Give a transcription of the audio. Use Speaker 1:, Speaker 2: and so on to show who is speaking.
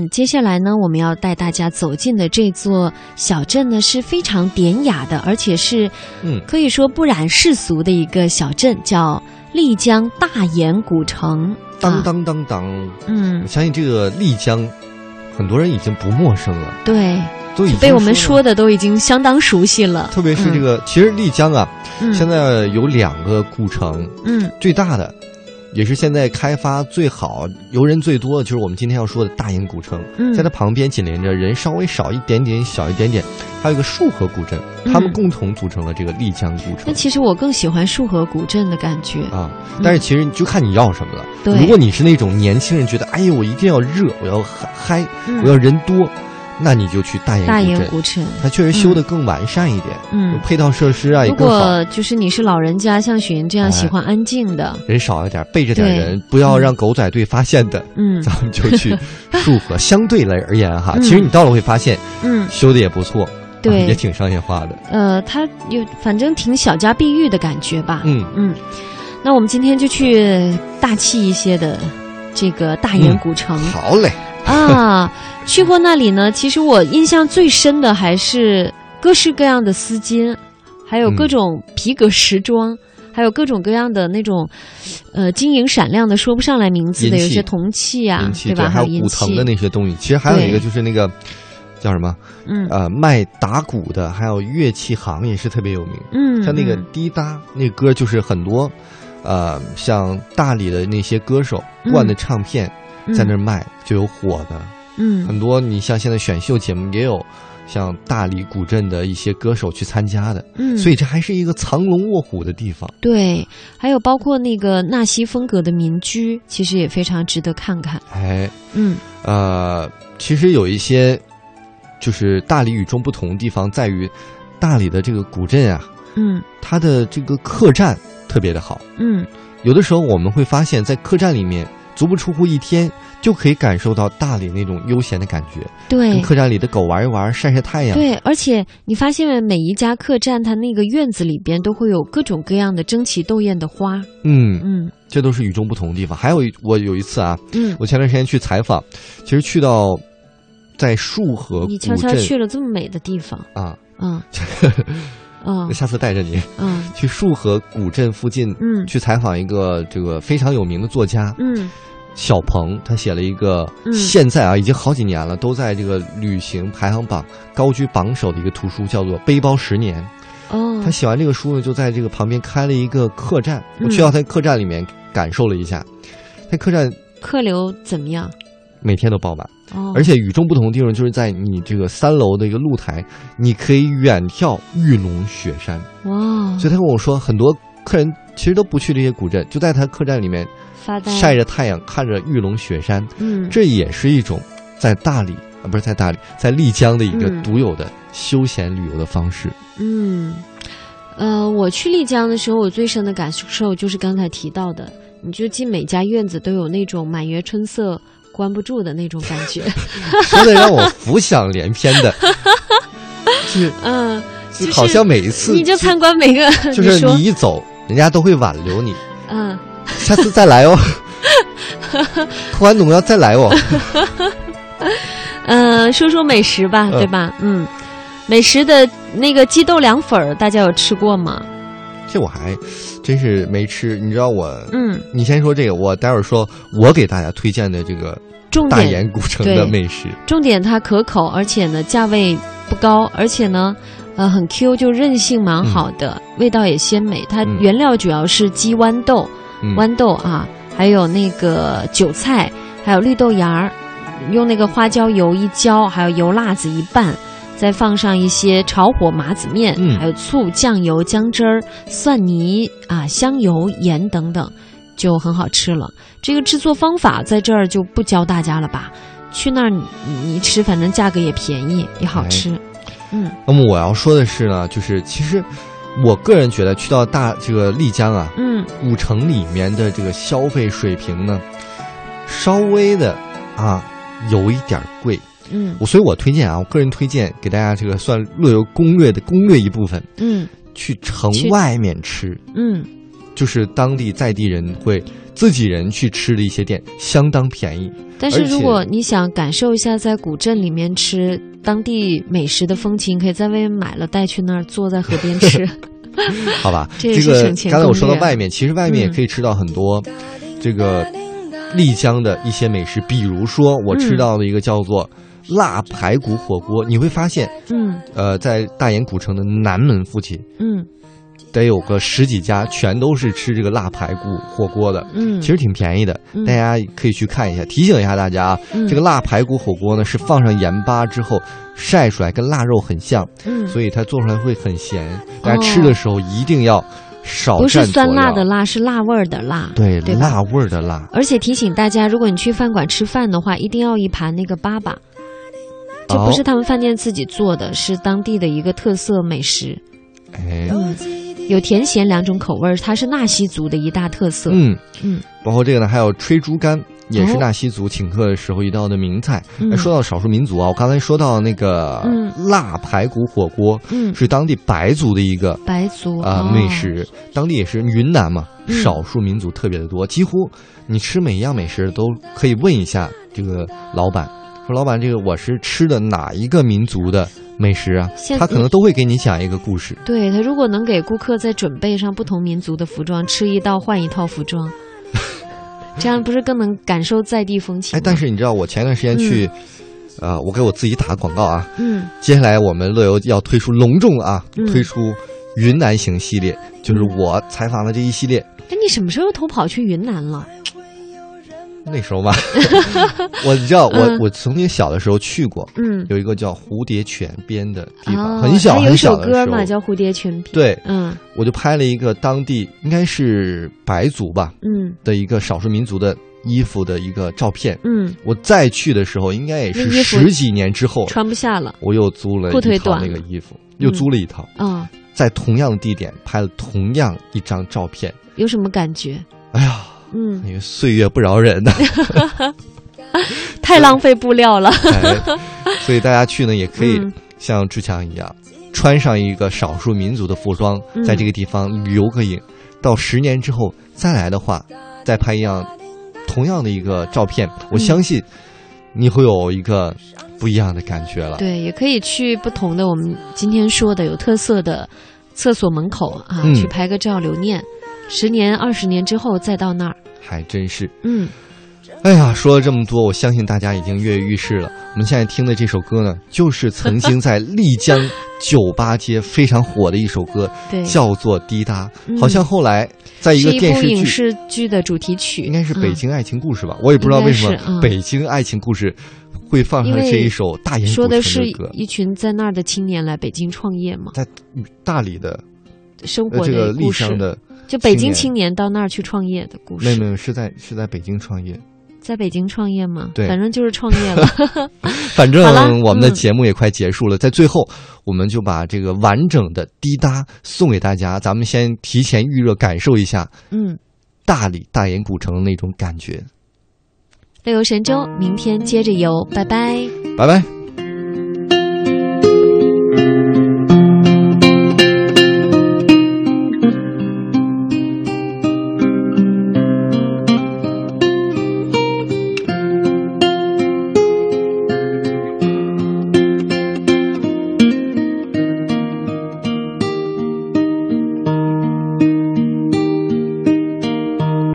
Speaker 1: 嗯接下来呢，我们要带大家走进的这座小镇呢是非常典雅的，而且是，
Speaker 2: 嗯
Speaker 1: 可以说不染世俗的一个小镇，叫丽江大研古城。
Speaker 2: 当
Speaker 1: 啊，
Speaker 2: 当当当，
Speaker 1: 嗯
Speaker 2: 我，相信这个丽江，很多人已经不陌生了，
Speaker 1: 对，
Speaker 2: 都已经
Speaker 1: 被我们
Speaker 2: 了
Speaker 1: 说的都已经相当熟悉了。
Speaker 2: 特别是这
Speaker 1: 嗯
Speaker 2: 个，其实丽江啊，
Speaker 1: 嗯
Speaker 2: 现在有两个古城，
Speaker 1: 嗯
Speaker 2: 最大的，也是现在开发最好、游人最多的，就是我们今天要说的大研古城。
Speaker 1: 嗯，
Speaker 2: 在它旁边紧邻着人稍微少一点点、小一点点，还有一个束河古镇，
Speaker 1: 嗯
Speaker 2: 他们共同组成了这个丽江古
Speaker 1: 那
Speaker 2: 城。
Speaker 1: 其实我更喜欢束河古镇的感觉。
Speaker 2: 啊，但是其实你就看你要什么了。
Speaker 1: 嗯对
Speaker 2: 如果你是那种年轻人，觉得哎呦，我一定要热，我要嗨，
Speaker 1: 嗯
Speaker 2: 我要人多，那你就去大研
Speaker 1: 大研
Speaker 2: 古镇，
Speaker 1: 古城，
Speaker 2: 它确实修得更完善一点，
Speaker 1: 嗯
Speaker 2: 就。配套设施啊也
Speaker 1: 如
Speaker 2: 更好。
Speaker 1: 果就是你是老人家，像雪莹这样喜
Speaker 2: 哎
Speaker 1: 欢安静的，
Speaker 2: 人少一点，背着点
Speaker 1: 对
Speaker 2: 人，不要让狗仔队发现的，
Speaker 1: 嗯
Speaker 2: 咱们就 去束河。相对来而言哈，
Speaker 1: 嗯
Speaker 2: 其实你到了会发现
Speaker 1: 嗯，
Speaker 2: 修的也不错，啊
Speaker 1: 对
Speaker 2: 也挺商业化的。
Speaker 1: 呃，它有反正挺小家碧玉的感觉吧。
Speaker 2: 嗯，
Speaker 1: 嗯，那我们今天就去大气一些的这个大研古城、
Speaker 2: 嗯好嘞，
Speaker 1: 啊。去过那里呢，其实我印象最深的还是各式各样的丝巾，还有各
Speaker 2: 嗯
Speaker 1: 种皮革时装。还有各种各样的那种，呃，晶莹闪亮的，说不上来名字的，
Speaker 2: 银
Speaker 1: 有一
Speaker 2: 器
Speaker 1: 些铜器呀、
Speaker 2: 银器
Speaker 1: 对吧？
Speaker 2: 还有
Speaker 1: 银
Speaker 2: 古藤
Speaker 1: 器
Speaker 2: 的，那些东西，其实还有一个
Speaker 1: 对
Speaker 2: 就是那个叫什么
Speaker 1: 嗯
Speaker 2: 呃卖打鼓的，还有乐器行也是特别有名。
Speaker 1: 嗯，
Speaker 2: 像那个
Speaker 1: 嗯
Speaker 2: 滴答那个歌，就是很多呃像大理的那些歌手
Speaker 1: 嗯
Speaker 2: 灌的唱片在那儿卖就有火的，
Speaker 1: 嗯嗯
Speaker 2: 很多你像现在选秀节目也有。像大理古镇的一些歌手去参加的，
Speaker 1: 嗯，
Speaker 2: 所以这还是一个藏龙卧虎的地方。
Speaker 1: 对，还有包括那个纳西风格的民居，其实也非常值得看看。
Speaker 2: 哎，
Speaker 1: 嗯
Speaker 2: 呃，其实有一些，就是大理与众不同的地方在于，大理的这个古镇啊，
Speaker 1: 嗯
Speaker 2: 它的这个客栈特别的好。
Speaker 1: 嗯，
Speaker 2: 有的时候我们会发现，在客栈里面，足不出户一天就可以感受到大理那种悠闲的感觉，跟
Speaker 1: 对
Speaker 2: 客栈里的狗玩一玩，晒晒太阳。
Speaker 1: 对，而且你发现每一家客栈，它那个院子里边都会有各种各样的争奇斗艳的花。
Speaker 2: 嗯，
Speaker 1: 嗯
Speaker 2: 这都是与众不同的地方。还有一我有一次啊，
Speaker 1: 嗯，
Speaker 2: 我前段时间去采访，其实去到在束河古
Speaker 1: 你悄悄
Speaker 2: 镇
Speaker 1: 去了这么美的地方，
Speaker 2: 啊，
Speaker 1: 嗯嗯
Speaker 2: 那 下次带着你
Speaker 1: 嗯
Speaker 2: 去束河古镇附近
Speaker 1: 嗯
Speaker 2: 去采访一个这个非常有名的作家
Speaker 1: 嗯
Speaker 2: 小鹏，他写了一个
Speaker 1: 嗯
Speaker 2: 现在啊已经好几年了，都在这个旅行排行榜高居榜首的一个图书，叫做《背包十年》。
Speaker 1: 哦
Speaker 2: 他，写完这个书呢，就在这个旁边开了一个客栈，
Speaker 1: 嗯
Speaker 2: 我去到他客栈里面感受了一下，他客栈
Speaker 1: 客流怎么样？
Speaker 2: 每天都爆满，
Speaker 1: 哦，
Speaker 2: 而且与众不同的地方就是在你这个三楼的一个露台，你可以远眺玉龙雪山。
Speaker 1: 哦哇，
Speaker 2: 所以他跟我说，很多客人其实都不去这些古镇，就在他客栈里面
Speaker 1: 发呆，
Speaker 2: 晒着太阳，看着玉龙雪山，
Speaker 1: 嗯，
Speaker 2: 这也是一种在大理啊，不是在大理，在丽江的一个
Speaker 1: 嗯
Speaker 2: 独有的休闲旅游的方式。
Speaker 1: 嗯，呃，我去丽江的时候，我最深的感受就是刚才提到的，你就进每家院子都有那种满园春色关不住的那种感 觉。
Speaker 2: 说的让我浮想联翩的， 就是
Speaker 1: 嗯，就是
Speaker 2: 好像每一次
Speaker 1: 你就参观每个，
Speaker 2: 就
Speaker 1: 你
Speaker 2: 是
Speaker 1: 说
Speaker 2: 你，一走，人家都会挽留你，
Speaker 1: 嗯，
Speaker 2: 下次 再来哦。喝完农药再来哦，
Speaker 1: 呃，说说美食吧，
Speaker 2: 嗯
Speaker 1: 对吧？嗯，美食的那个鸡豆凉粉儿，大家有吃过吗？
Speaker 2: 这我还真是没吃。你知道我，
Speaker 1: 嗯，
Speaker 2: 你先说这个，我待会儿说我给大家推荐的这个
Speaker 1: 重
Speaker 2: 大
Speaker 1: 点
Speaker 2: 研古城的
Speaker 1: 对
Speaker 2: 美食。
Speaker 1: 重点它可口，而且呢价位不高，而且呢，呃很 Q，就韧性蛮好的，味道也鲜美。它
Speaker 2: 嗯
Speaker 1: 原料主要是鸡豌豆、
Speaker 2: 嗯，
Speaker 1: 豌豆啊，还有那个韭菜，还有绿豆芽儿，用那个花椒油一浇，还有油辣子一拌。再放上一些炒火麻子面，
Speaker 2: 嗯
Speaker 1: 还有醋、酱油、姜汁儿、蒜泥啊、香油、盐等等，就很好吃了。这个制作方法在这儿就不教大家了吧？去那儿你你你吃，反正价格也便宜，也
Speaker 2: 哎
Speaker 1: 好吃。嗯
Speaker 2: 那么我要说的是呢，就是其实我个人觉得去到大这个丽江啊，
Speaker 1: 嗯
Speaker 2: 古城里面的这个消费水平呢，稍微的啊有一点儿贵，
Speaker 1: 嗯
Speaker 2: 我所以我推荐啊，我个人推荐给大家这个算略有攻略的攻略一部分，
Speaker 1: 嗯
Speaker 2: 去城
Speaker 1: 去
Speaker 2: 外面吃，
Speaker 1: 嗯
Speaker 2: 就是当地在地人会自己人去吃的一些店，相当便宜。
Speaker 1: 但是
Speaker 2: 而且
Speaker 1: 如果你想感受一下在古镇里面吃当地美食的风情，可以在外面买了带去那儿，坐在河边 吃。
Speaker 2: 好吧，
Speaker 1: 这也是
Speaker 2: 个
Speaker 1: 省钱
Speaker 2: 刚才我说到
Speaker 1: 攻略啊嗯
Speaker 2: 外面，其实外面也可以吃到很多这个丽江的一些美食，比如说我
Speaker 1: 嗯
Speaker 2: 吃到的一个叫做辣排骨火锅，你会发现，
Speaker 1: 嗯
Speaker 2: 呃，在大研古城的南门附近，
Speaker 1: 嗯
Speaker 2: 得有个十几家，全都是吃这个辣排骨火锅的。
Speaker 1: 嗯，
Speaker 2: 其实挺便宜的，
Speaker 1: 嗯
Speaker 2: 大家可以去看一下。提醒一下大家啊，
Speaker 1: 嗯
Speaker 2: 这个辣排骨火锅呢是放上盐巴之后晒出来，跟腊肉很像，
Speaker 1: 嗯
Speaker 2: 所以它做出来会很咸。大家吃的时候一定要少
Speaker 1: 哦不是
Speaker 2: 蘸
Speaker 1: 酸
Speaker 2: 佐
Speaker 1: 辣
Speaker 2: 料
Speaker 1: 的辣，是辣味儿的辣。
Speaker 2: 对
Speaker 1: 对吧
Speaker 2: 辣味儿的辣。
Speaker 1: 而且提醒大家，如果你去饭馆吃饭的话，一定要一盘那个粑粑，这不是
Speaker 2: 哦
Speaker 1: 他们饭店自己做的，是当地的一个特色美食。
Speaker 2: 哎，
Speaker 1: 嗯，有甜咸两种口味儿，它是纳西族的一大特色。
Speaker 2: 嗯
Speaker 1: 嗯，
Speaker 2: 包括这个呢，还有炊猪肝，也是
Speaker 1: 哦
Speaker 2: 纳西族请客的时候一道的名菜。
Speaker 1: 嗯
Speaker 2: 哎说到少数民族啊，我刚才说到那个
Speaker 1: 嗯
Speaker 2: 辣排骨火锅，
Speaker 1: 嗯，
Speaker 2: 是当地白族的一个
Speaker 1: 白族
Speaker 2: 啊、
Speaker 1: 哦
Speaker 2: 美食，当地也是云南嘛，
Speaker 1: 嗯
Speaker 2: 少数民族特别的多，几乎你吃每一样美食都可以问一下这个老板，说老板这个我是吃的哪一个民族的美食啊
Speaker 1: 现？嗯
Speaker 2: 他可能都会给你讲一个故事。
Speaker 1: 对他如果能给顾客再准备上不同民族的服装，吃一道换一套服 装，这样不是更能感受在地风情
Speaker 2: 哎
Speaker 1: 吗？，
Speaker 2: 但是你知道我前段时间去，呃，我给我自己打个广告啊，
Speaker 1: 嗯，
Speaker 2: 接下来我们乐游要推出隆重啊，
Speaker 1: 嗯
Speaker 2: 推出云南行系列，就是我采访了这一系列。
Speaker 1: 哎，你什么时候偷跑去云南了？
Speaker 2: 那时候 嘛，我你知道我
Speaker 1: 嗯
Speaker 2: 我曾经小的时候去过，
Speaker 1: 嗯，
Speaker 2: 有一个叫蝴蝶泉边的地方，
Speaker 1: 哦
Speaker 2: 很小
Speaker 1: 它有
Speaker 2: 很
Speaker 1: 一
Speaker 2: 小
Speaker 1: 首
Speaker 2: 的
Speaker 1: 歌
Speaker 2: 时
Speaker 1: 嘛，
Speaker 2: 候，
Speaker 1: 叫《蝴蝶裙边》。
Speaker 2: 对
Speaker 1: 嗯
Speaker 2: 我就拍了一个当地应该是白族吧
Speaker 1: 嗯
Speaker 2: 的一个少数民族的衣服的一个照片。
Speaker 1: 嗯，
Speaker 2: 我再去的时候，应该也是
Speaker 1: 那衣服
Speaker 2: 十几年之后，
Speaker 1: 穿不下了。
Speaker 2: 我又租了
Speaker 1: 裤腿
Speaker 2: 一套
Speaker 1: 短
Speaker 2: 那个衣服，又租了一套，
Speaker 1: 啊、
Speaker 2: 在同样的地点拍了同样一张照片。
Speaker 1: 有什么感觉？
Speaker 2: 哎呀，
Speaker 1: 嗯，
Speaker 2: 那个岁月不饶人 呐、
Speaker 1: 太浪费布料了。
Speaker 2: 哎所以大家去呢也可以
Speaker 1: 嗯
Speaker 2: 像志强一样，穿上一个少数民族的服装，
Speaker 1: 嗯
Speaker 2: 在这个地方留个影。到十年之后再来的话，再拍一样同样的一个照片，我
Speaker 1: 嗯
Speaker 2: 相信你会有一个不一样的感觉了。
Speaker 1: 对，也可以去不同的我们今天说的有特色的厕所门口啊，
Speaker 2: 嗯
Speaker 1: 去拍个照留念。十年、二十年之后再到那儿，
Speaker 2: 还真是。
Speaker 1: 嗯，
Speaker 2: 哎呀，说了这么多，我相信大家已经跃跃欲试了。我们现在听的这首歌呢，就是曾经在丽江酒吧街非常火的一首歌，
Speaker 1: 对，
Speaker 2: 叫做《滴答》。
Speaker 1: 嗯
Speaker 2: 好像后来在一
Speaker 1: 是
Speaker 2: 个
Speaker 1: 一
Speaker 2: 电
Speaker 1: 部
Speaker 2: 视
Speaker 1: 影
Speaker 2: 剧，
Speaker 1: 视剧的主题曲，
Speaker 2: 应该是《北
Speaker 1: 嗯
Speaker 2: 京爱情故事》吧，我也不知道为什
Speaker 1: 应该是嗯
Speaker 2: 么《北京爱情故事》会放上
Speaker 1: 因为
Speaker 2: 这一首大研
Speaker 1: 说
Speaker 2: 古
Speaker 1: 的
Speaker 2: 城
Speaker 1: 是
Speaker 2: 的歌。
Speaker 1: 一群在那儿的青年来北京创业嘛，
Speaker 2: 在大理的
Speaker 1: 生
Speaker 2: 呃
Speaker 1: 活
Speaker 2: 这个
Speaker 1: 的
Speaker 2: 丽
Speaker 1: 故事，
Speaker 2: 江的，
Speaker 1: 就北京
Speaker 2: 青
Speaker 1: 青年到那儿去创业的故
Speaker 2: 没有
Speaker 1: 事
Speaker 2: 没，有是在是在北京创业。
Speaker 1: 在北京创业嘛，
Speaker 2: 对
Speaker 1: 反正就是创业了。
Speaker 2: 反
Speaker 1: 好了
Speaker 2: 正我们的
Speaker 1: 嗯
Speaker 2: 节目也快结束了，在最后，我们就把这个完整的滴答送给大家。咱们先提前预热，感受一下
Speaker 1: 嗯，
Speaker 2: 大理大研古城那种感觉。
Speaker 1: 乐游神州，明天接着游，拜拜。
Speaker 2: 拜拜。